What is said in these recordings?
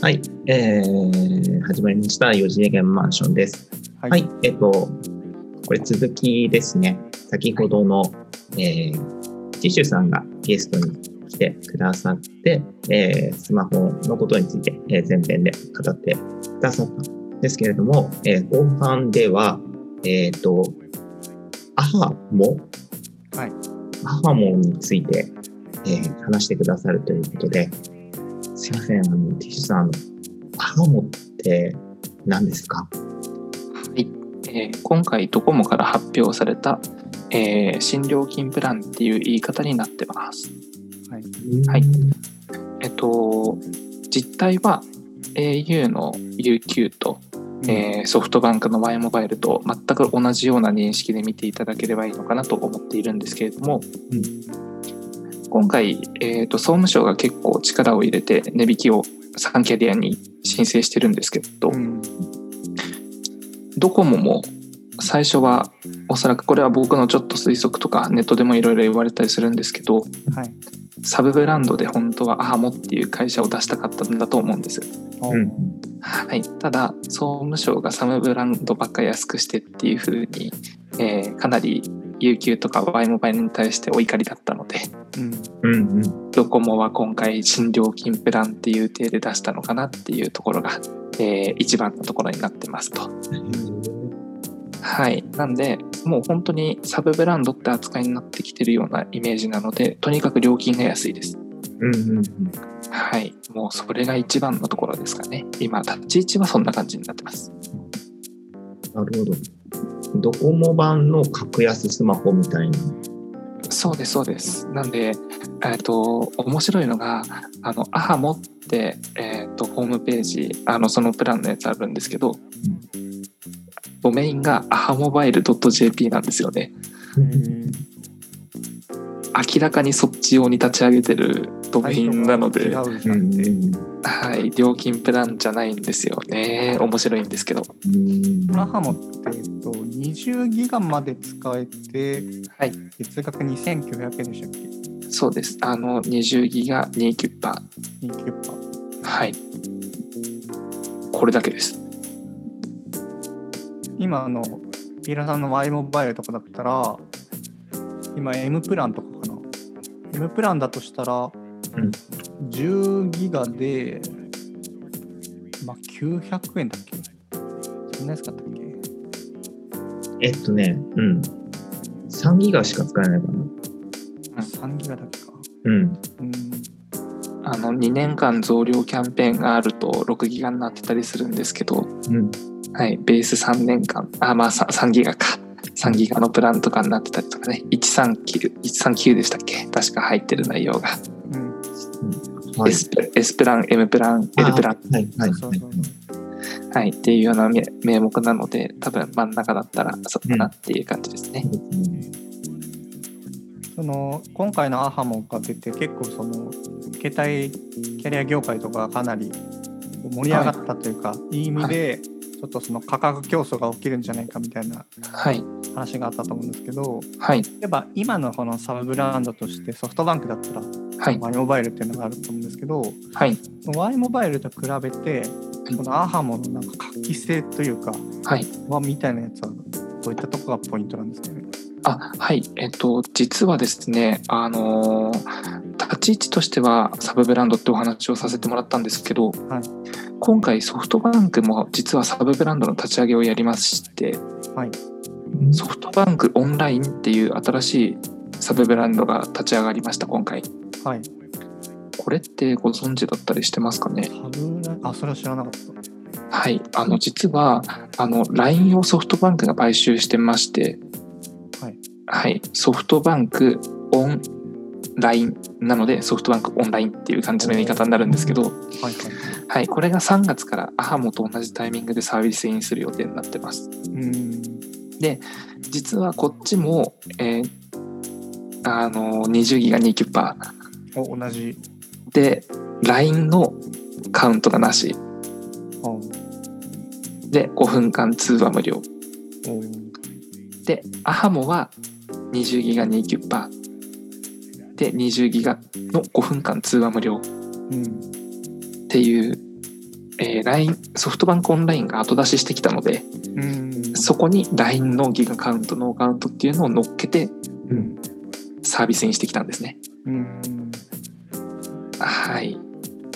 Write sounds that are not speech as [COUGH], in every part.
はい、えー、始まりました。四次元マンションです。ははい、えっ、と、これ続きですね。先ほどの、えー、ティッシュさんがゲストに来てくださって、えースマホのことについて、えー前編で語ってくださったんですけれども、えー後半では、えっ、と、アハモ、はい、アハモについて、えー話してくださるということで、すいません、あの、ティッシュさん、あのアハモって何ですかえー今回ドコモから発表された、えー新料金プランっていう言い方になってます。はいえっと、実態は au の UQ と、えーソフトバンクの Y モバイルと全く同じような認識で見ていただければいいのかなと思っているんですけれども、うん今回、えーと総務省が結構力を入れて値引きを3キャリアに申請してるんですけど、うんドコモも最初はおそらくこれは僕のちょっと推測とかネットでもいろいろ言われたりするんですけどはい。サブブランドで本当はアハモっていう会社を出したかったんだと思うんです、おうんはい、ただ総務省がサブブランドばっかり安くしてっていう風に、えーかなり UQ とか Y モバイルに対してお怒りだったのでうん。うんうんドコモは今回新料金プランっていう体で出したのかなっていうところが、えー一番のところになってますと。はい、なんでもう本当にサブブランドって扱いになってきてるようなイメージなのでとにかく料金が安いですうんうんうんはいもうそれが一番のところですかね今立ち位置はそんな感じになってますなるほど。ドコモ版の格安スマホみたいな。そうですそうですなんでえっと面白いのがあのアハモって、えっとホームページあのそのプランのやつあるんですけどドメインがアハモバイル .jp なんですよね明らかにそっち用に立ち上げてるドメインなので違うんうだんって。はい、料金プランじゃないんですよね。面白いんですけど。うんラハモって、えっと、20ギガまで使えて、はい月額2900円でしたっけそうです。あの、20ギガ2キュッパ2キュッパー。ー。はい。これだけです。今あの、ピーラさんの Y モバイルとかだったら、今 M プランとかかな。M プランだとしたら、10ギガで、まあ、900円だっけそんな安かったっけえっとね、うん。3ギガしか使えないかな。 ?3 ギガだっけか。うん。うん。あの、2年間増量キャンペーンがあると6ギガになってたりするんですけど、うん。はい、ベース3年間、あ、まあ 3, 3ギガか。3ギガのプランとかになってたりとかね。139、139でしたっけ確か入ってる内容が。うんはい S, S プラン、M プラン、L プラン。あはいはいそうはいそうそうはい、っていうような名名目なので、多分真ん中だったらそうかなっていう感じですね。その今回のアハモが出て結構その携帯キャリア業界とかかなり盛り上がったというか、い、い意味でちょっとその価格競争が起きるんじゃないかみたいなはい、話があったと思うんですけどはい、例えば今のこのサブブランドとしてソフトバンクだったらはい、 Y モバイルっていうのがあると思うんですけどはい、 Y モバイルと比べてこのアハモのなんか画期性というかはい。はみたいなやつはどういったとこがポイントなんですかね。あ、はい、えっと、実はですね、あのー立ち位置としてはサブブランドってお話をさせてもらったんですけど、い今回ソフトバンクも実はサブブランドの立ち上げをやりまして、はいソフトバンクオンラインっていう新しいサブブランドが立ち上がりました、今回。はい、これってご存知だったりしてますかねサブラあそれは知らなかった。はい、あの実はあの LINE をソフトバンクが買収してまして、はいはい、ソフトバンクオンラインなのでソフトバンクオンラインっていう感じの言い方になるんですけど、はいはいはい、これが3月からアハモと同じタイミングでサービスインする予定になってますうん実はこっちも、えーあの20ギガ2キュッパお同じーで LINE のカウントがなしあおで5分間通話無料おで、アハモは20ギガ2キュッパーで20ギガの5分間通話無料っうんていうえー LINE ソフトバンクオンラインが後出ししてきたのでうんそこに LINE のギガカウントノーカウントっていうのを乗っけてうんサービスにしてきたんですねうんはい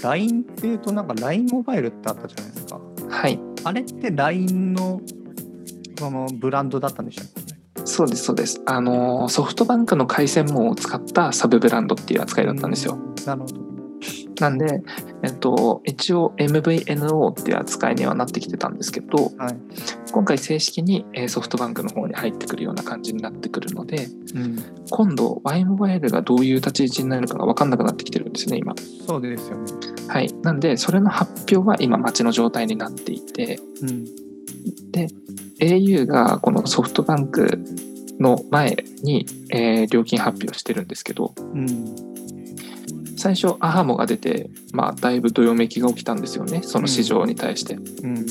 LINE っていうとなんか LINE モバイルってあったじゃないですかはいあれって LINE のそのブランドだったんでしたっけそうですそうですあのーソフトバンクの回線網を使ったサブブランドっていう扱いだったんですよ、うんなるほどなんで、えっと、一応 MVNO っていう扱いにはなってきてたんですけどはい今回正式にえーソフトバンクの方に入ってくるような感じになってくるのでうん今度 Y モバイルがどういう立ち位置になるのかが分かんなくなってきてるんですね今そうですよねはいなんでそれの発表は今待ちの状態になっていてうんで au がこのソフトバンクの前に、えー料金発表してるんですけどうん最初アハモが出てまあだいぶどよめきが起きたんですよねその市場に対して、うん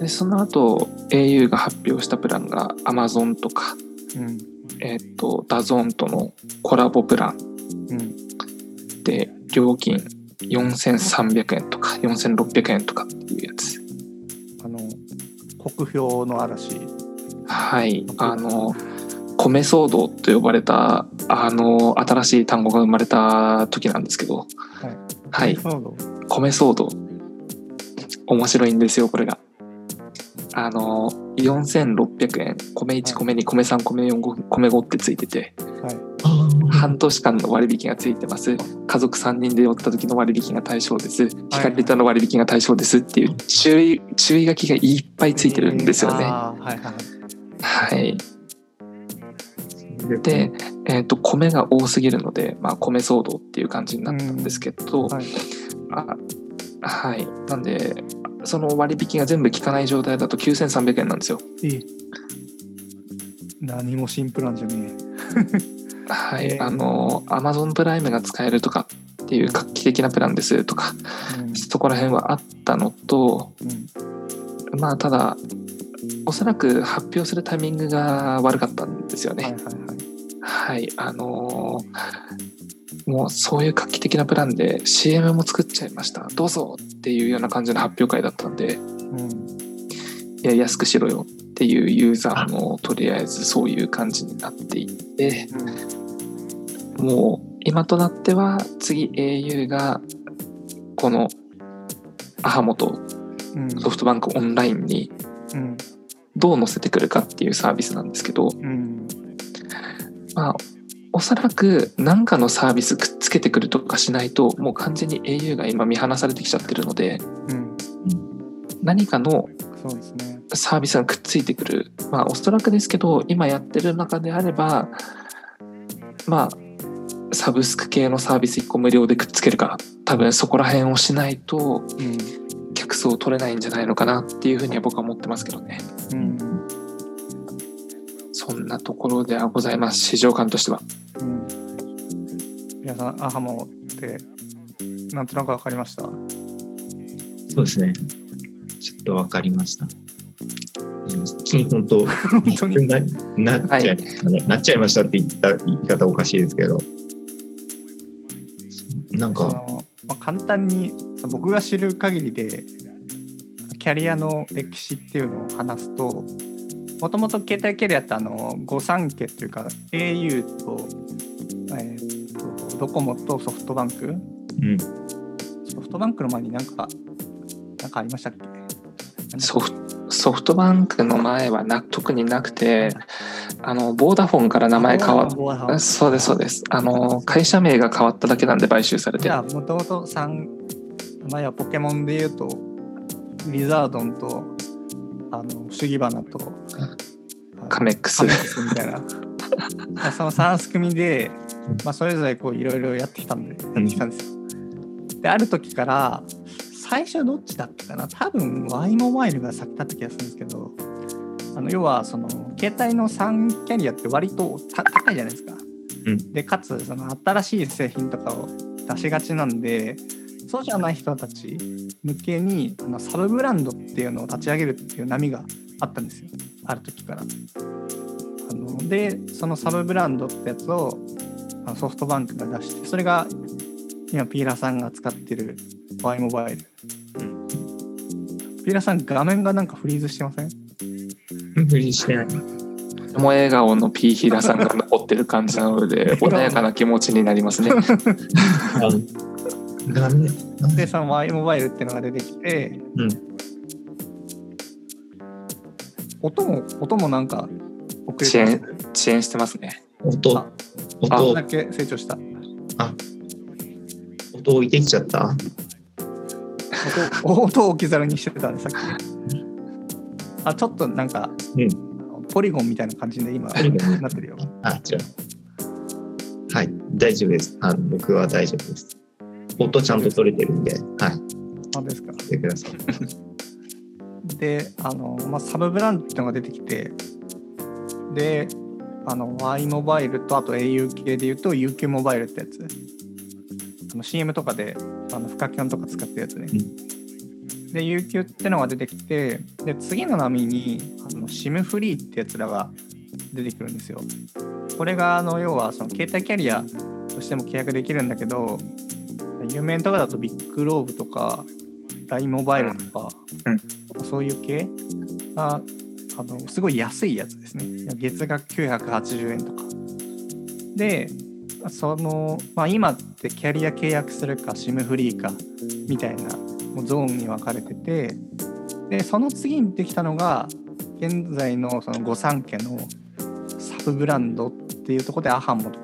でその後 au が発表したプランが Amazon とか、うんえっとダゾーンとのコラボプランうんで料金4300円とか4600円とかっていうやつあの国評の嵐はいあの米騒動と呼ばれたあの新しい単語が生まれた時なんですけどはい、そうそう米騒動面白いんですよこれがあの4600円米1米2米3米4米5ってついててはい半年間の割引がついてます家族3人で寄った時の割引が対象です光レタの割引が対象ですっていう注意注意書きがいっぱいついてるんですよね、えーあーはいはいはいで、えー、と米が多すぎるので、まあ、米騒動っていう感じになったんですけど、はいあはいなんでその割引が全部効かない状態だと9300円なんですよいい何も新プランじゃねえはい、えーあのアマゾンプライムが使えるとかっていう画期的なプランですとかそこら辺はあったのとうんうんまあただおそらく発表するタイミングが悪かったんですよねはいはいはいはい、あのーもうそういう画期的なプランで CM も作っちゃいましたどうぞっていうような感じの発表会だったんでうんいや安くしろよっていうユーザーもとりあえずそういう感じになっていってもう今となっては次 au がこのアハモとうんソフトバンクオンラインにうんどう載せてくるかっていうサービスなんですけど、うんまあ、おそらく何かのサービスくっつけてくるとかしないともう完全に au が今見放されてきちゃってるのでうん何かのそうですねサービスがくっついてくるまあおそらくですけど今やってる中であればまあサブスク系のサービス1個無料でくっつけるから多分そこら辺をしないうと客層を取れないんじゃないのかなっていうふうには僕は思ってますけどねんうんそんなところではございます市場感としてはうん皆さんアハモってなんとなくわかりましたうそうですね。ちょっとわかりました。うん最近本当、本当にななっちゃいましたね、なっちゃいましたって言った言い方おかしいですけど。なんか、その、まあ、簡単にその僕が知る限りでキャリアの歴史っていうのを話すともともと携帯キャリアってあの御三家っていうか au と,、えーとドコモとソフトバンクうん、ソフトバンクの前になんかなんかありましたっけソフソフトバンクの前はな特になくてあのボーダフォンから名前変わっわたそうですそうですあの会社名が変わっただけなんで買収されじてゃあもともと3前はポケモンで言うとリザードンとあの不思議花とカメックスカメックスみたいなまあその3組で、まあ、それぞれこういろいろやってきたんでやってきたんですよである時から最初どっちだったかな多分 Y モバイルが先だった気がするんですけどあの要はその携帯の3キャリアって割とた高いじゃないですか、うんでかつその新しい製品とかを出しがちなんでそうじゃない人たち向けにあのサブブランドっていうのを立ち上げるっていう波があったんですよある時からあのでそのサブブランドってやつをあのソフトバンクが出してそれが今ピーラーさんが使ってる Y モバイルピーラさん、画面がなんかフリーズしてません不倫してない。とても笑顔の P 平さんが残ってる感じなので穏やかな気持ちになりますね。あダメ。なんで、その Y モバイルってのが出てきて、うん音も、音もなんか遅れ遅てます延遅延してますね。音あ、あこん音だ、け成長した。音音置いてきちゃった。音 [LAUGHS] を置き去りにしてたんで、さっき。あ、ちょっとなんか、うんポリゴンみたいな感じで今、ポリゴンねなってるよ。あ、違う。はい、大丈夫です。あの僕は大丈夫です。音ちゃんと取れてるんで、はい、あですか。してください。で、あの、まあ、サブブランドってのが出てきて、で、あの、Y モバイルと、あと au 系で言うと、UQ モバイルってやつ。あの CM とかで、あの、フカキョンとか使ってるやつね。うで、UQ ってのが出てきて、で、次の波に、あの、SIM フリーってやつらが出てくるんですよ。これが、あの、要は、その、携帯キャリアとしても契約できるんだけど、有名なとかだと、ビッグローブとか、LINE モバイルとか、そういう系があのすごい安いやつですね。月額980円とか。で、その、まあ、今ってキャリア契約するか SIM フリーかみたいなもうゾーンに分かれてて、で、その次にできたのが、現在のその御三家のサブブランドっていうところでアハンモと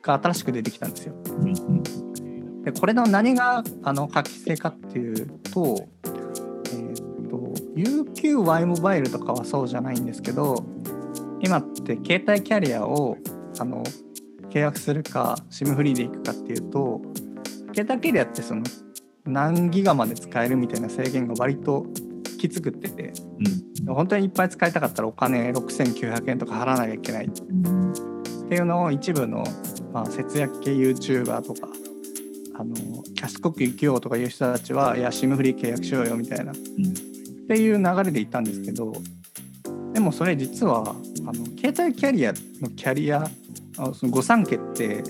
かが新しく出てきたんですよ。うんうんでこれの何があの画期性かっていうと,、えー、と UQY モバイルとかはそうじゃないんですけど今って携帯キャリアをあの契約するか SIM フリーでいくかっていうと携帯キャリアってその何ギガまで使えるみたいな制限が割ときつくってて本当にいっぱい使いたかったらお金6900円とか払わなきゃいけないうんっていうのを一部の、まあ、節約系 YouTuber とかあの賢く生きようとかいう人たちはいや SIM フリー契約しようよみたいな、っていう流れでいたんですけどでもそれ実はあの携帯キャリアのキャリアあのその御三家って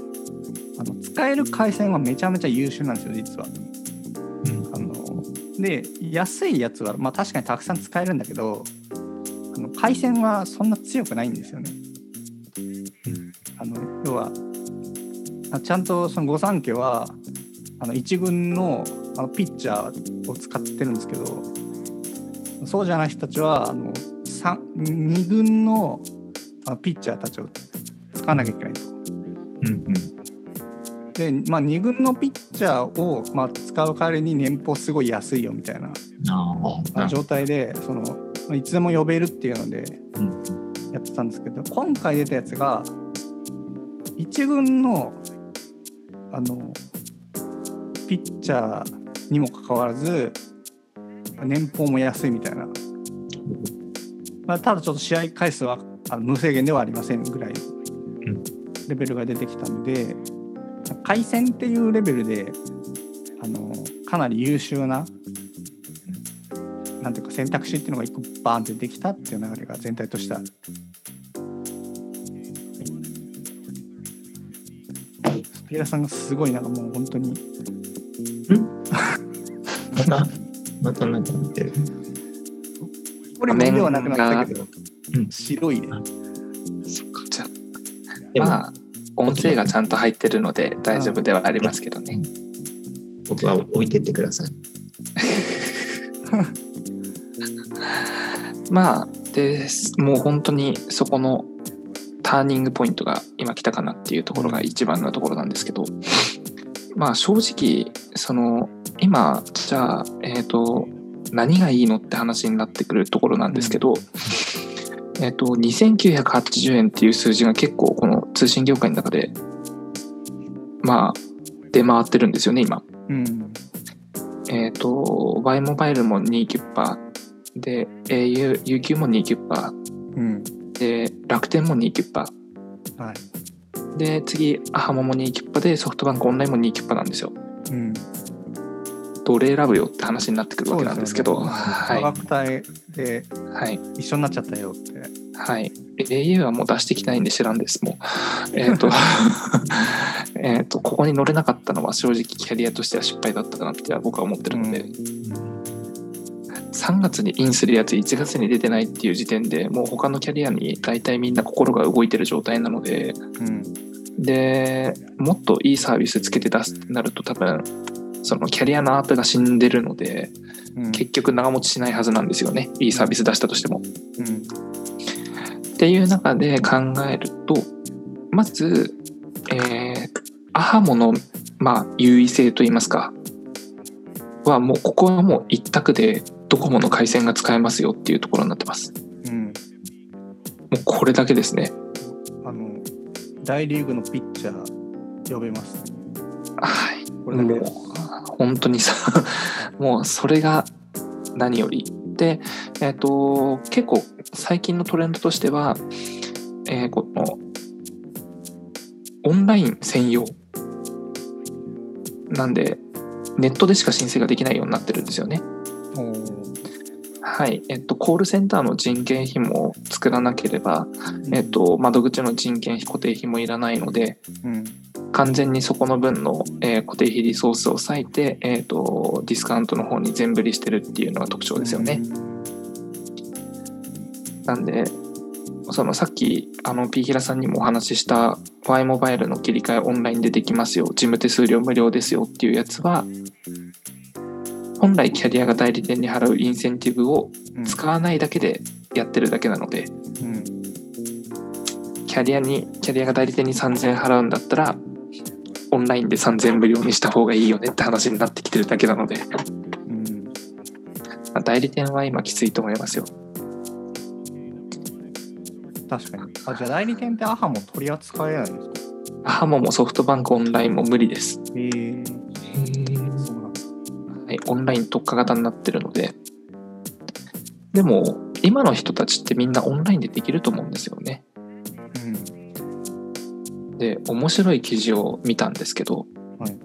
あの使える回線はめちゃめちゃ優秀なんですよ実は。あので安いやつは、まあ、確かにたくさん使えるんだけどあの回線はそんな強くないんですよね。あの要はあちゃんとその御三家はあの一軍のあのピッチャーを使ってるんですけどそうじゃない人たちはあの三二軍のあのピッチャーたちを使わなきゃいけないと。うんで、まあ、2軍のピッチャーを、まあ、使う代わりに年俸すごい安いよみたいうなんああ、状態で、そのまあいつでも呼べるっていうのでうんやってたんですけど今回出たやつが1軍のあのピッチャーにもかかわらず年俸も安いみたいな、まあ、ただちょっと試合回数はあの無制限ではありませんぐらいのレベルが出てきたので回線っていうレベルであのかなり優秀ななんていうか選択肢っていうのが一個バーンってできたっていう流れが全体としてある。スピーラさんがすごいなんかもう本当にまた、またなんか見てる。これもではなくなったけどうん白いね。じゃでも、まあ音声がちゃんと入ってるので大丈夫ではありますけどね。僕は置いてってください。まあですもう本当にそこのターニングポイントが今来たかなっていうところが一番のところなんですけどまあ正直その今じゃあえっ、と何がいいのって話になってくるところなんですけど、えっ、と2980円っていう数字が結構この通信業界の中でまあ出回ってるんですよね今。うん。えっ、と Y モバイルも2キュッパーで au UQ も2キュッパーうん。で楽天も2キュッパはい。で次アハモも2キュッパでソフトバンクオンラインも2キュッパなんですようん。どれ選ぶよって話になってくるわけなんですけどそうですよねは価い格帯ではい一緒になっちゃったよって。はい au はもう出してきてないんで [LAUGHS] 知らんですもうえっと [LAUGHS] えっとここに乗れなかったのは正直キャリアとしては失敗だったかなって僕は思ってるので、 3月にインするやつ1月に出てないっていう時点でもう他のキャリアに大体みんな心が動いてる状態なのでうんでもっといいサービスつけて出すってなると多分そのキャリアのアープが死んでるのでうん結局長持ちしないはずなんですよねいいサービス出したとしても。うんっていう中で考えるとまず、えー、アハモの、まあ、優位性といいますかはもうここはもう一択でドコモの回線が使えますよっていうところになってます。うんもうこれだけですね。あの大リーグのピッチャー呼べますはい。これだけもう本当にさもうそれが何よりでえっ、と結構最近のトレンドとしては、えーこのオンライン専用なんでネットでしか申請ができないようになってるんですよねおーはいえっ、とコールセンターの人件費も作らなければ、えっ、と窓口の人件費固定費もいらないのでうん完全にそこの分の、えー固定費リソースを割いて、えー、とディスカウントの方に全振りしてるっていうのが特徴ですよね。なんでそのさっきあのピーヒラさんにもお話しした Y モバイルの切り替えオンラインでできますよ事務手数料無料ですよっていうやつは本来キャリアが代理店に払うインセンティブをうん使わないだけでやってるだけなのでうんキャリアにキャリアが代理店に3000円払うんだったらオンラインで3000円無料にした方がいいよねって話になってきてるだけなので、まうんあ代理店は今きついと思いますよ確かにあじゃあ代理店ってアハも取り扱えないんですかハモもソフトバンクオンラインも無理です、えー、そうなんだはい、オンライン特化型になってるのででも今の人たちってみんなオンラインでできると思うんですよねうんで面白い記事を見たんですけど、はい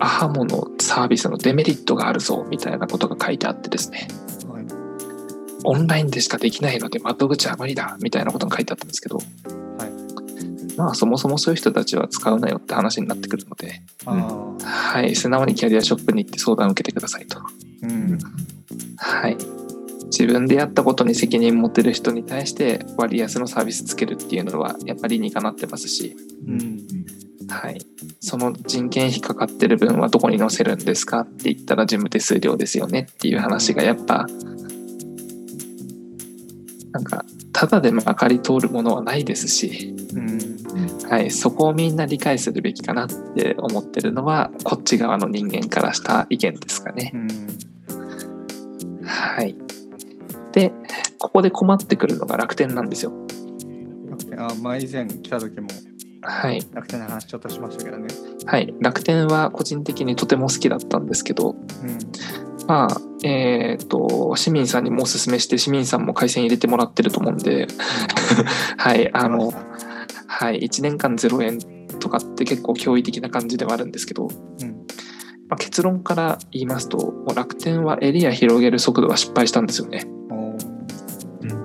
アハモのサービスのデメリットがあるぞみたいなことが書いてあってですねはいオンラインでしかできないので窓口は無理だみたいなことが書いてあったんですけど、まあそもそもそういう人たちは使うなよって話になってくるので、あーはい、素直にキャリアショップに行って相談を受けてくださいと、うんはい、自分でやったことに責任持てる人に対して割安のサービスつけるっていうのはやっぱり理にかなってますし、うんはい、その人件費かかってる分はどこに載せるんですかって言ったら事務手数料ですよねっていう話がやっぱなんかただでまかり通るものはないですし、うんはい、そこをみんな理解するべきかなって思ってるのはこっち側の人間からした意見ですかね。うんはい、でここで困ってくるのが楽天なんですよ。楽天あ前以前来た時もはい楽天の話ちょっとしましたけどね。はい、楽天は個人的にとても好きだったんですけどうんまあ、えっ、と、市民さんにもおすすめして、市民さんも回線入れてもらってると思うんで、はい、あの、はい、1年間0円とかって結構驚異的な感じではあるんですけど、うんまあ、結論から言いますと、もう楽天はエリア広げる速度は失敗したんですよね。おー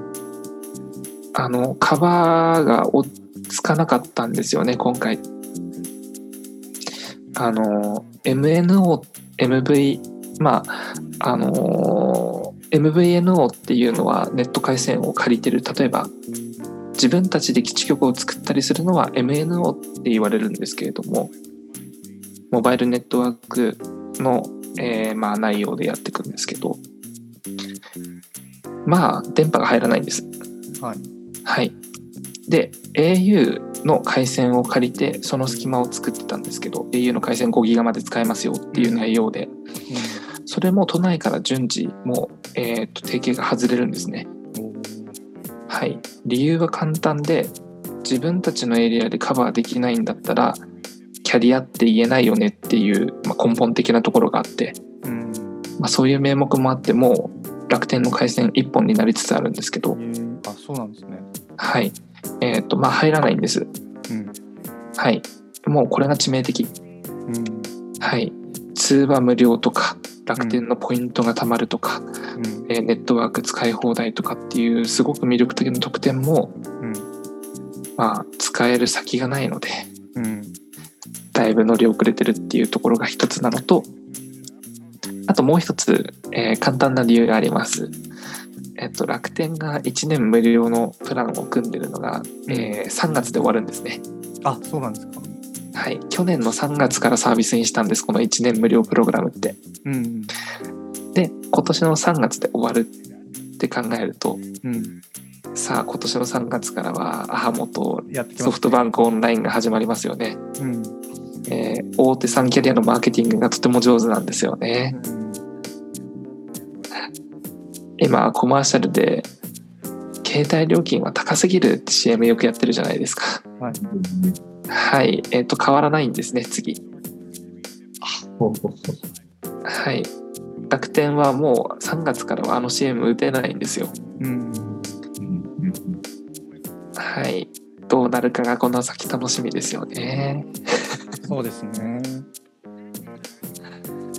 あの、カバーが追っつかなかったんですよね、今回。あの、MNO、MV、まあ、あの、MVNO っていうのはネット回線を借りてる。例えば、自分たちで基地局を作ったりするのは MNO って言われるんですけれども、モバイルネットワークの、えーまあ、内容でやっていくんですけど、まあ、電波が入らないんです。はい。はい。で、au の回線を借りて、その隙間を作ってたんですけど、au の回線5ギガまで使えますよっていう内容で、それも都内から順次、もう、えーと、提携が外れるんですね。うんおーはい。理由は簡単で、自分たちのエリアでカバーできないんだったら、キャリアって言えないよねっていう、まあ、根本的なところがあって、うんまあ、そういう名目もあって、もう楽天の回線1本になりつつあるんですけど、あそうなんですね。はい。えっ、と、まあ、入らないんです。うんはい。もうこれが致命的。うんはい。通話無料とか、楽天のポイントが貯まるとか、うんえーネットワーク使い放題とかっていう、すごく魅力的な特典も、うんまあ、使える先がないので、うんだいぶ乗り遅れてるっていうところが一つなのと、あともう一つ、えー簡単な理由があります。えっと、楽天が1年無料のプランを組んでるのが、えー3月で終わるんですね。あ、そうなんですか。はい。去年の3月からサービスにしたんです、この1年無料プログラムって。うん。で、今年の3月で終わるって考えると、うん。さあ、今年の3月からは、アハモとやってきます、ソフトバンクオンラインが始まりますよね。ク。うん。えー大手3キャリアのマーケティングがとても上手なんですよね。今、コマーシャルで、携帯料金は高すぎるって CM よくやってるじゃないですか。はい。えっ、と、変わらないんですね、次。ほうほうほうはい。楽天はもう3月からはあの CM 打てないんですよ。うん。うんうんうんはい。どうなるかがこの先楽しみですよね。そうですね。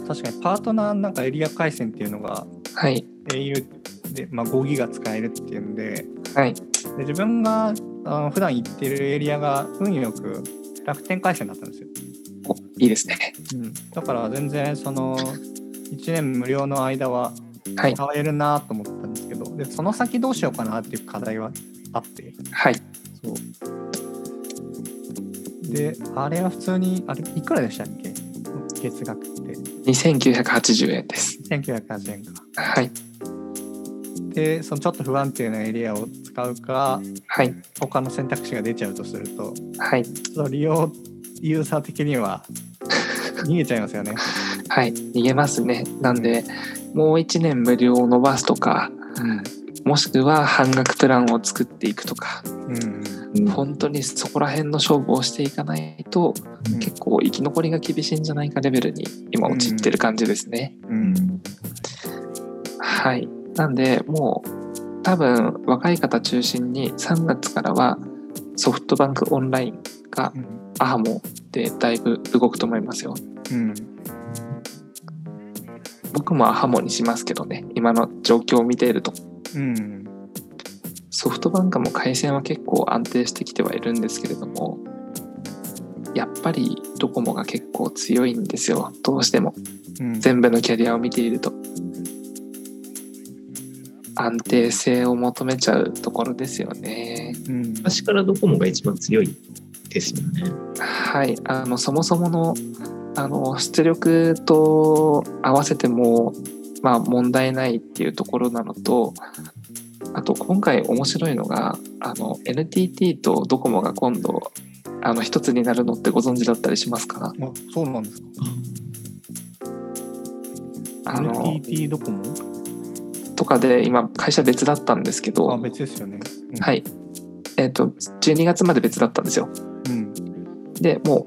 確かにパートナーなんかエリア回線っていうのがはい。 au で、まあ、5ギガ使えるっていうんではい。で自分があの普段行ってるエリアが運よく楽天回線だったんですよ、おいいですね。だから全然その1年無料の間ははい。変えるなと思ったんですけどでその先どうしようかなっていう課題はあってはい。そうであれは普通にあれいくらでしたっけ月額って2980円です。 1980円かはい。でそのちょっと不安定なエリアを使うかはい。他の選択肢が出ちゃうとするとはい。ちょっと利用ユーザー的には逃げちゃいますよね。はい。逃げますね。なんで、もう1年無料を伸ばすとか、もしくは半額プランを作っていくとか、うんうん本当にそこら辺の勝負をしていかないと、結構生き残りが厳しいんじゃないかレベルに今陥ってる感じですね。うんはい。なんで、もう、多分、若い方中心に、3月からは、ソフトバンクオンラインが、アハモでだいぶ動くと思いますよ。うん僕もアハモにしますけどね、今の状況を見ていると。うんソフトバンクも回線は結構安定してきてはいるんですけれども、やっぱりドコモが結構強いんですよ。どうしても。うん全部のキャリアを見ていると。安定性を求めちゃうところですよね。うん昔からドコモが一番強いですよね。はい、あのそもそものあの出力と合わせても、まあ、問題ないっていうところなのとあと今回面白いのがあの NTT とドコモが今度あの一つになるのってご存知だったりしますかあそうなんですか。あの NTT ドコモとかで今会社別だったんですけあど、別ですよね。うんはいえっと12月まで別だったんですようんでもう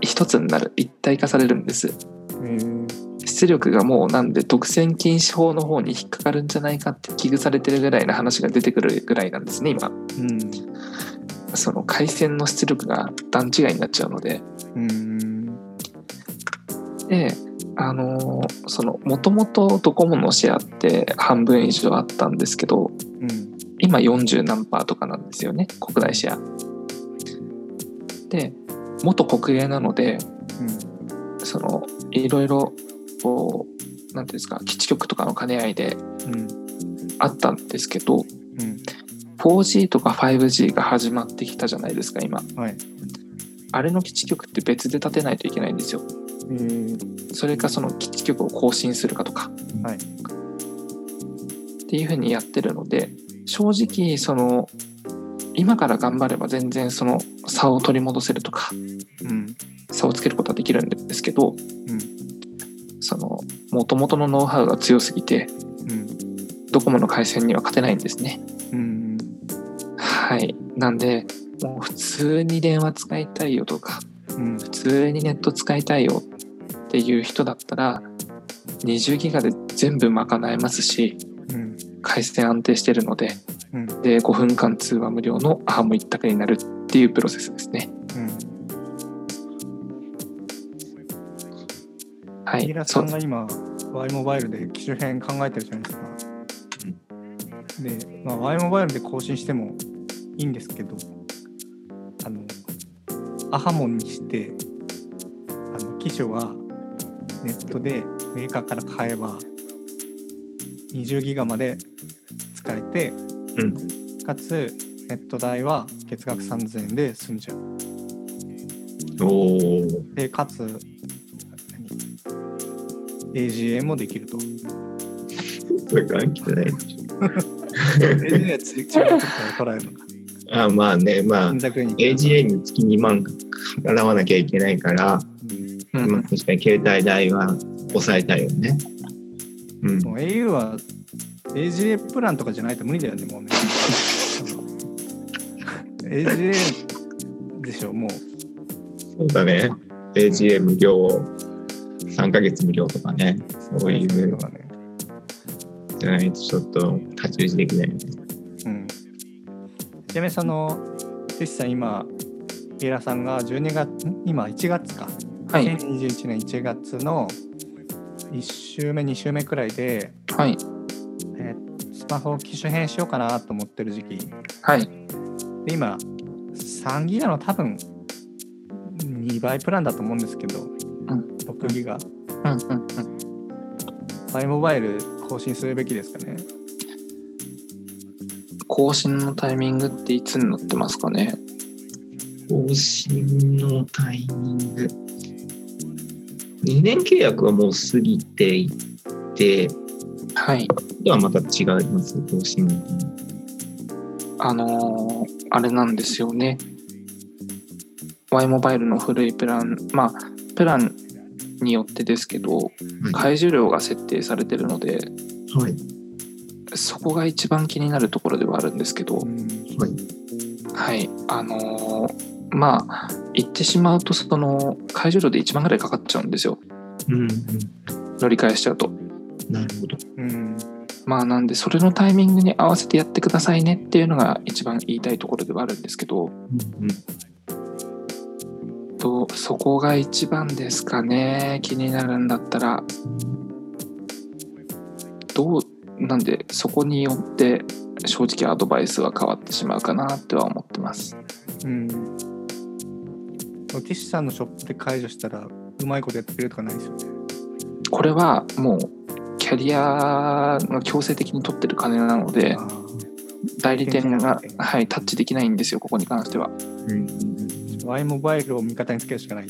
一つになる一体化されるんですえー出力がもうなんで独占禁止法の方に引っかかるんじゃないかって危惧されてるぐらいの話が出てくるぐらいなんですね今うんその回線の出力が段違いになっちゃうのでうんであのーそのもともとドコモのシェアって半分以上あったんですけどうん今40何パーとかなんですよね国内シェアで元国営なのでそのいろいろこうなんていうんですか基地局とかの兼ね合いでうんあったんですけどうん 4G とか 5G が始まってきたじゃないですか今はい。あれの基地局って別で建てないといけないんですよえーそれかその基地局を更新するかとかはいっていうふうにやってるので正直その今から頑張れば全然その差を取り戻せるとかうん差をつけることはできるんですけどうんその元々のノウハウが強すぎてうんドコモの回線には勝てないんですねうんはいなんでもう普通に電話使いたいよとかうん普通にネット使いたいよっていう人だったら20ギガで全部賄えますしうん回線安定してるのでうんで5分間通話無料のアハモ一択になるっていうプロセスですねうん。はミいラそさうんが今 Y モバイルで機種変考えてるじゃないですか。で、まあ、Y モバイルで更新してもいいんですけどあのアハモンにしてあの機種はネットでメーカーから買えば20ギガまで使えて、うんかつネット代は月額3000円で済んじゃうおーでかつ何 AGA もできるとこれ関係ない。 AGA は追加とから取られるのかあまあね、まあ金、額に AGA に月2万払わなきゃいけないから、うまあ、ん確かに携帯代は抑えたいよね。うん。もう au は AGA プランとかじゃないと無理だよね、もうね。AGA でしょ、もう。そうだね。AGA 無料、3ヶ月無料とかね、そういうのがね。じゃないとちょっと太刀打ちできないよね。うん。ちなみにその、テシさん今、ピエラさんが12月、ん今1月か。はい。 2021年1月の1週目、2週目くらいで、はい。えースマホを機種変しようかなと思ってる時期。はい。で今3ギガの多分2倍プランだと思うんですけど、6ギガうんうんうん。マイモバイル更新するべきですかね更新のタイミングっていつになってますかね。更新のタイミング。2年契約はもう過ぎていて、はい。ではまた違います、更新のタイミングあのーあれなんですよね。Y モバイルの古いプラン、まあ、プランによってですけど、はい。解除量が設定されてるので、はい。そこが一番気になるところではあるんですけど、はい。はい。あのーまあ、言ってしまうと、その、解除量で1万ぐらいかかっちゃうんですよ。うん、うん。乗り換えしちゃうと。なるほど。うんまあ、なんで、それのタイミングに合わせてやってくださいねっていうのが一番言いたいところではあるんですけど、うん、うん。とそこが一番ですかね気になるんだったらどうなんでそこによって正直アドバイスは変わってしまうかなっては思ってますうんロティッシュさんのショップで解除したらうまいことやってくれるとかないですよねこれはもうキャリアが強制的に取ってる金なので代理店が、はい、タッチできないんですよここに関してはうん、 Y モバイルを味方につけるしかない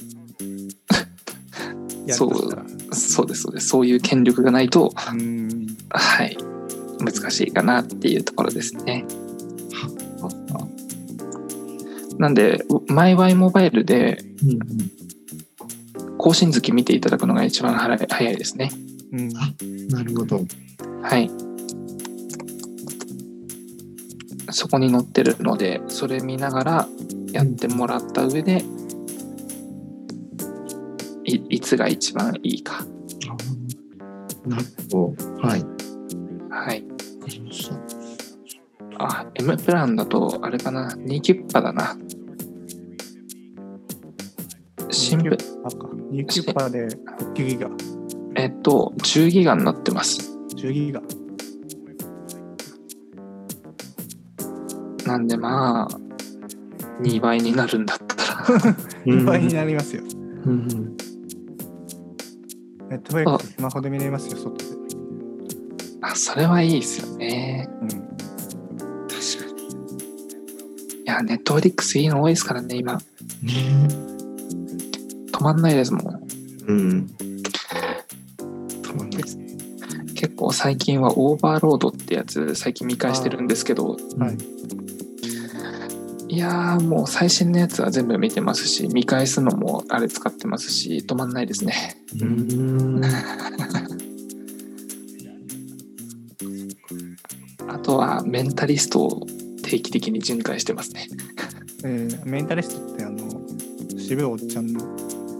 [LAUGHS] やるそうとしたらそうですそうですそういう権力がないとうんはい難しいかなっていうところですねなんで MyY モバイルで更新月見ていただくのが一番早い早いですね。うんなるほど。はい。そこに載ってるので、それ見ながらやってもらった上で、いいつが一番いいか。なるほど。はい。はい。わかりましたあ、M プランだと、あれかな、2キュッパだな。新聞、あか有給パラで6ギガえっと、10ギガになってます。 10ギガなんでまあ、2倍になるんだったら。 [LAUGHS] 2倍になりますようんネットフリックススマホで見れますよ、外で。あ、それはいいですよね。うん。確かに。いや、ネットフリックスいいの多いですからね、今。ね止まんないですもん。うん。たまんないですね。結構最近はオーバーロードってやつ、最近見返してるんですけど、はい。いやー、もう最新のやつは全部見てますし、見返すのもあれ使ってますし、止まんないですね。うん。あとは、メンタリストを定期的に巡回してますね。えーメンタリストって、あの、渋いおっちゃんの。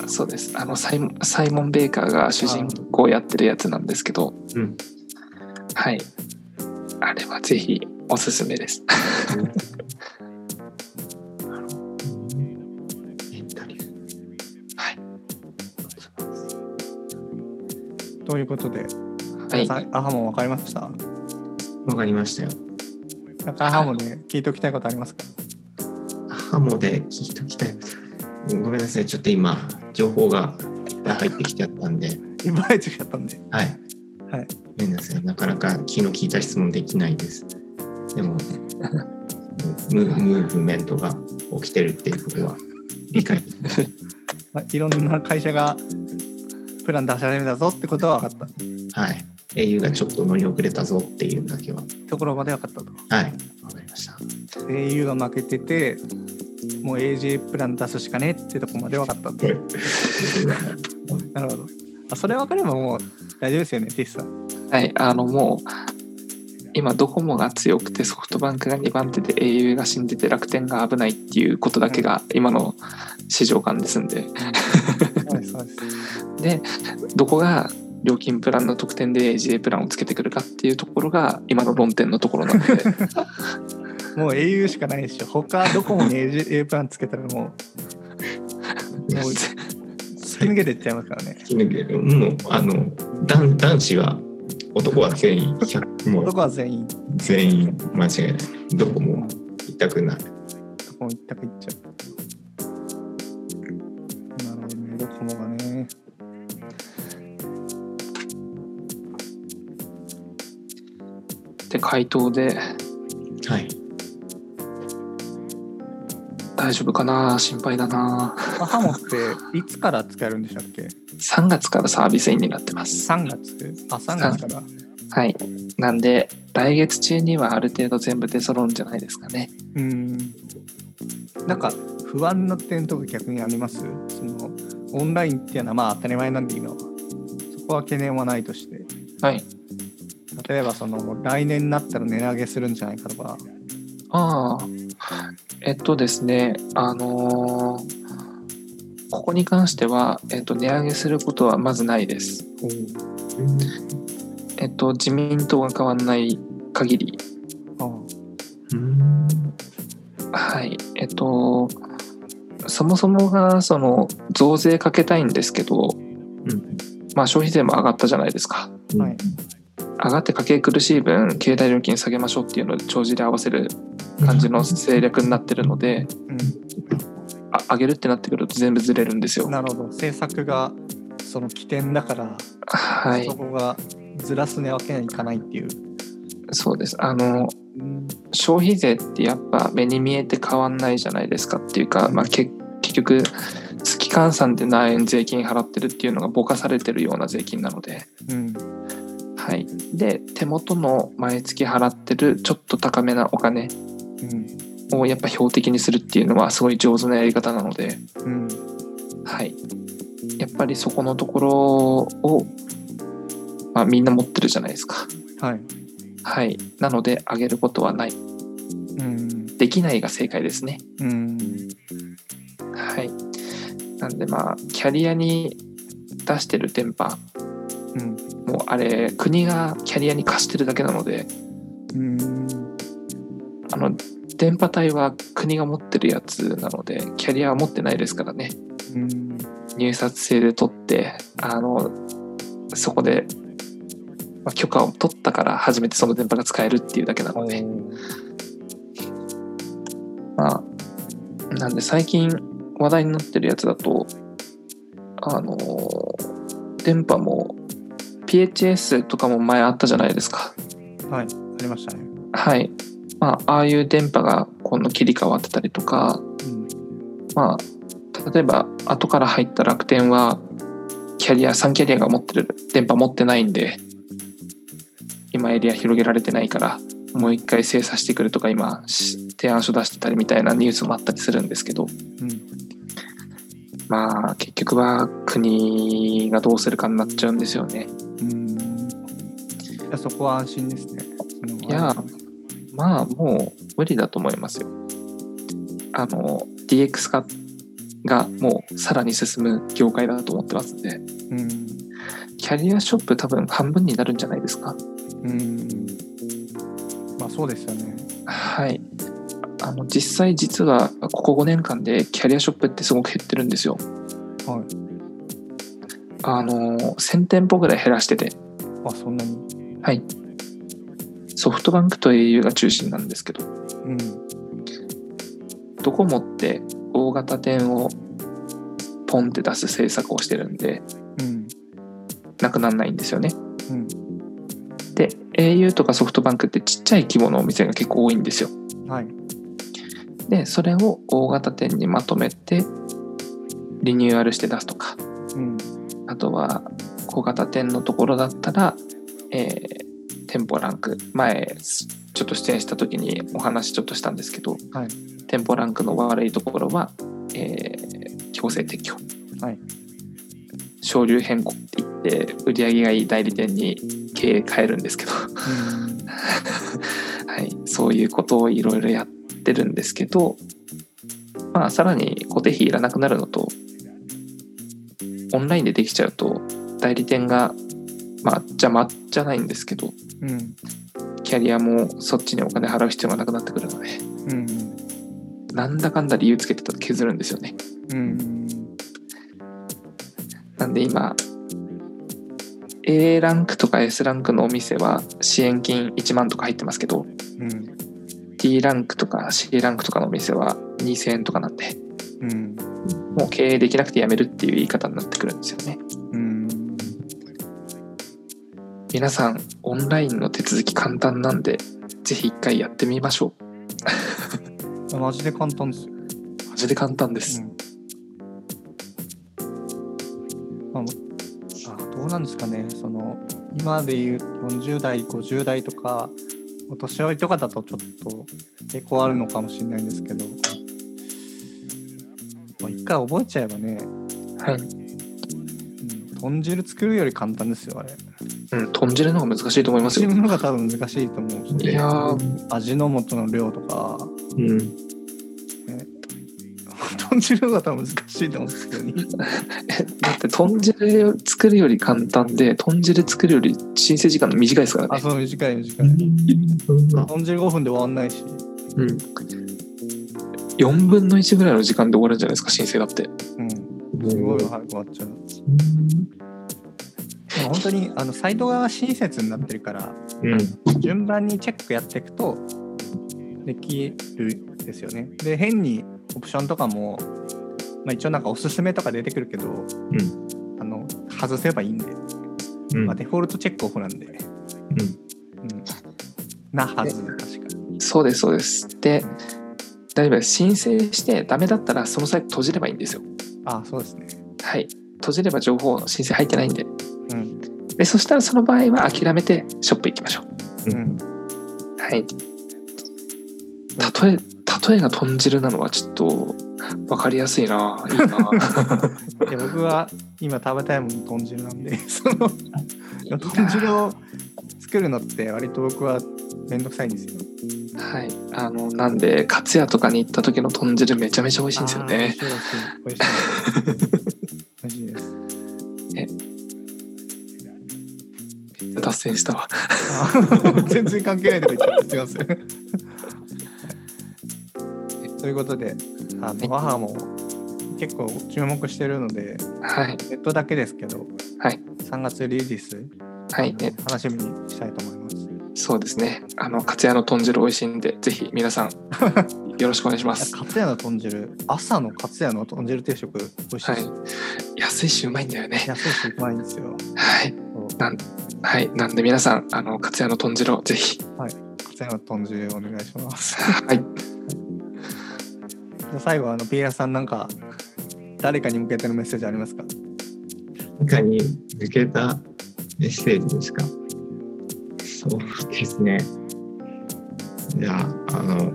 そうです。あの、サイモンサイモン・ベーカーが主人公やってるやつなんですけど、うんはい。あれはぜひおすすめです。メンタリスということで、はい。皆さんアハモン分かりましたトわかりましたよ。なんかアハモンね、聞いておきたいことありますかハモで聞いときたい。ごめんなさい。ちょっと今、情報がいっぱい入ってきちゃったんで。いっぱいつけちゃったんで。はい。はい。ごめんなさい。なかなか気の利いた質問できないです。でも、ムムーブメントが起きてるっていうことは理解。まあ、いろんな会社がプラン出し始めたぞってことは分かっはい。au がちょっと乗り遅れたぞっていうだけは。た。ところまで分かったと。はい。わかりました。 au が負けてて、もう AJ プラン出すしかねってとこまで分かったと。はいなるほど。あそれ分かればもう大丈夫ですよね、ティスさん。はい、あのもう今ドコモが強くてソフトバンクが2番手で au が死んでて楽天が危ないっていうことだけが今の市場感ですんでそう [LAUGHS] です、そうです。でどこが料金プランの特典で AGA プランをつけてくるかっていうところが今の論点のところ [LAUGHS] なのでもう au しかないでしょ。他ドコモに AJ プランつけたらもう、もう突き抜けていっちゃいますからね。もう、あの、男男子は、男は全員100、もう男は全員、全員間違いない。どこも痛くない。ドコモ一択いっちゃう。なるほどね、ドコモがね。で回答ではい。大丈夫かな心配だなまあハモっていつから使えるんでしたっけ3月からサービスインになってます。 ?3 月あ、3月から。はい。なんで、来月中にはある程度全部出揃うんじゃないですかね。うん。なんか不安な点とか逆にありますそのオンラインっていうのはまあ当たり前なんで今は。そこは懸念はないとして。はい。例えばその来年になったら値上げするんじゃないかとか。ああ。えっとですね、あのーここに関しては、えっと、値上げすることはまずないです。えっと、自民党が変わんない限り、ああうんはい、えっと、そもそもが、その、増税かけたいんですけど、まあ、消費税も上がったじゃないですか。はい上がって家計苦しい分、携帯料金下げましょうっていうので、帳尻合わせる感じの政略になってるので、あ上げるってなってくると全部ずれるんですうん、よ。なるほど。政策がその起点だから、はいそ、こがずらすねわけにはいかないっていう。そうです。あの、消費税ってやっぱ目に見えて変わんないじゃないですかっていうか、まあ、け結局、月換算で何円税金払ってるっていうのがぼかされてるような税金なので、うん。はい。で、手元の毎月払ってるちょっと高めなお金うん。をやっぱ標的にするっていうのはすごい上手なやり方なので、うん。はい。やっぱりそこのところを、まあ、みんな持ってるじゃないですか。はい。はい。なので、上げることはない。うん。できないが正解ですね。うん。はい。なんで、まあ、キャリアに出してる電波、うん。もうあれ、国がキャリアに貸してるだけなので、うん。あの、電波帯は国が持ってるやつなので、キャリアは持ってないですからね。うん。入札制で取って、あの、そこで、まあ、許可を取ったから初めてその電波が使えるっていうだけなので、まあ、なんで最近話題になってるやつだと、あのー電波も PHS とかも前あったじゃないですか。はい。ありましたね。はい。まあ、ああいう電波が今度切り替わってたりとか、うん。まあ、例えば後から入った楽天は、キャリア、3キャリアが持ってる、電波持ってないんで、今エリア広げられてないから、もう一回精査してくるとか今、し提案書出してたりみたいなニュースもあったりするんですけど、うん。まあ結局は国がどうするかになっちゃうんですよね。うん。いやそこは安心ですね。そのいやまあもう無理だと思いますよ。あの DX 化がもうさらに進む業界だと思ってますんで、うん。キャリアショップ多分半分になるんじゃないですか。うん。まあそうですよね。はい。あの実際実はここ5年間でキャリアショップってすごく減ってるんですよ。。はいあの1000店舗ぐらい減らしてて、あ、そんなに。はい。ソフトバンクと au が中心なんですけど、うん。ドコモって大型店をポンって出す政策をしてるんでうん。なくならないんですよねうん。 au とかソフトバンクってちっちゃい規模のお店が結構多いんですよ。はい。で、それを大型店にまとめて、リニューアルして出すとか、うん。あとは小型店のところだったら、えー店舗ランク前ちょっと出演した時にお話ちょっとしたんですけど、はい店舗ランクの悪いところは、えー強制撤去、はい省流変更って言って売り上げがいい代理店に経営変えるんで [LAUGHS] すけど、はい、そういうことをいろいろやってるんですけど、まあ、さらに固定費いらなくなるのとオンラインでできちゃうと代理店が、まあ、邪魔じゃないんですけどうん。うん。キャリアもそっちにお金払う必要がなくなってくるのでうん。なんだかんだ理由つけてたと削るんですよねうん。なんで今 A ランクとか S ランクのお店は支援金1万とか入ってますけどうん。 D ランクとか C ランクとかのお店は2000円とかなんでうん。もう経営できなくて辞めるっていう言い方になってくるんですよね。うん。皆さん、オンラインの手続き簡単なんで、ぜひ一回やってみましょマジで簡単ですよ。う。マジで簡単でうす。ん、ああどうなんですかねその今でいう40代50代とかお年寄りとかだとちょっと抵抗あるのかもしれないんですけど、まあ、一回覚えちゃえばね、はい。うん、豚汁作るより簡単ですよあれうん、豚汁の方が難しいと思います自よ。分の方が多分難しいと思ういやー、味の素の量とかうん。豚汁の方が多分難しいと思うんですけどねだって豚汁作るより簡単で、豚汁作るより申請時間の短いですかあらね。そう短い短ういんそんな豚汁5分で終わんないしうん。 4分の1ぐらいの時間で終わるんじゃないですか、申請だって。うんすすごい早く終わっちゃうでも本当にあのサイト側が親切になってるからうん。順番にチェックやっていくとできるんですよね。で変にオプションとかも、まあ、一応なんかおすすめとか出てくるけど、あの外せばいいんで、うん。まあ、デフォルトチェックオフなんで。うんなはず確か。そうです、そうです。で、大丈夫です。申請してダメだったら、そのサイト閉じればいいんですよ。あそうですね。はい。閉じれば情報、申請入ってないんで。うん。でそしたらその場合は諦めてショップ行きましょうう。ん。はい。例え例えが豚汁なのはちょっと分かりやすいな。いいな。で僕は今食べたいもの豚汁なんで、 [LAUGHS] その豚汁を作るのって割と僕はめんどくさいんですよ。はい。あのなんでカツヤとかに行った時の豚汁めちゃめちゃ美味しいんですよね。あー。美味しい美味しい。美味しいです。脱線したわ。あー全然関係ないとか言っちゃってすいません。ということで、あのワハも結構注目してるので、はいネットだけですけど、はい3月リリース、はいえ楽しみにしたいと思います。そうですね。あのカツヤの豚汁美味しいんでぜひ皆 [LAUGHS] さんよろしくお願いします。カツヤの豚汁、朝のカツヤの豚汁定食、美味しいはです。い。安いしうまいんだよね。安いし、うまいんですよ。はいそうなんはいなんで皆さんあのカツヤの豚汁をぜひ。カツヤの豚汁お願いします。はい。じゃあ最後、あのピエラさんなんか、誰かに向けてのメッセージありますか中に向けたメッセージですかそうですね。じゃあ、あの、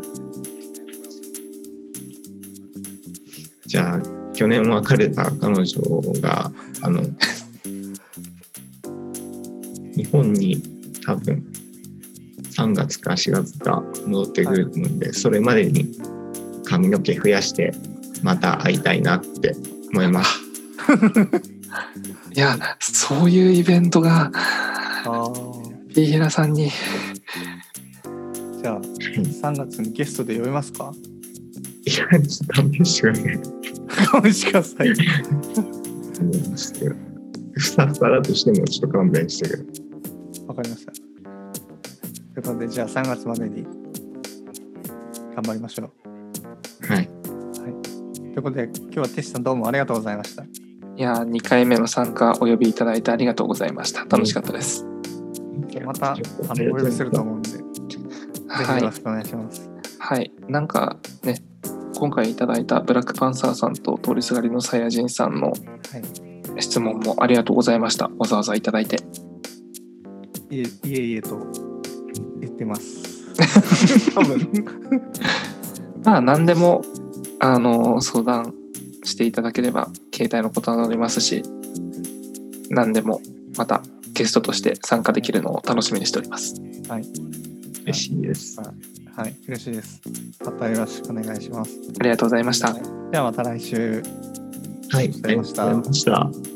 じゃあ、去年別れた彼女が、あの、日本に多分3月か4月か戻ってくると思うんで、それまでに髪の毛増やして、また会いたいなって思います。いや、そういうイベントが、ああ。ピーヒラさんに、じゃあ、3月にゲストで呼べますか [LAUGHS] いや、ちょっと勘弁してください。勘弁してください。ふさふさだとしてもちょっと勘弁してくわかりました。ということで、じゃあ3月までに頑張りましょう。れ。はい。ということで、今日はテシさんどうもありがとうございました。いや、2回目の参加お呼びいただいてありがとうございました。楽しかったです。またまたあのお呼びすると思うんで、ぜひよろしくお願いします。はい、なんかね、今回いただいたブラックパンサーさんと通りすがりのサイヤ人さんの質問もありがとうございました。わざわざいただいて。いえいえいえと言ってます。多分まあ、何でも、あの、相談していただければ、携帯のことはなりますし、何でも、またゲストとして参加できるのを楽しみにしております。嬉しいです。はい、嬉しいです。またよろしくお願いします。ありがとうございました。ではまた来週。はい、ありがとうございましたありがとうございました。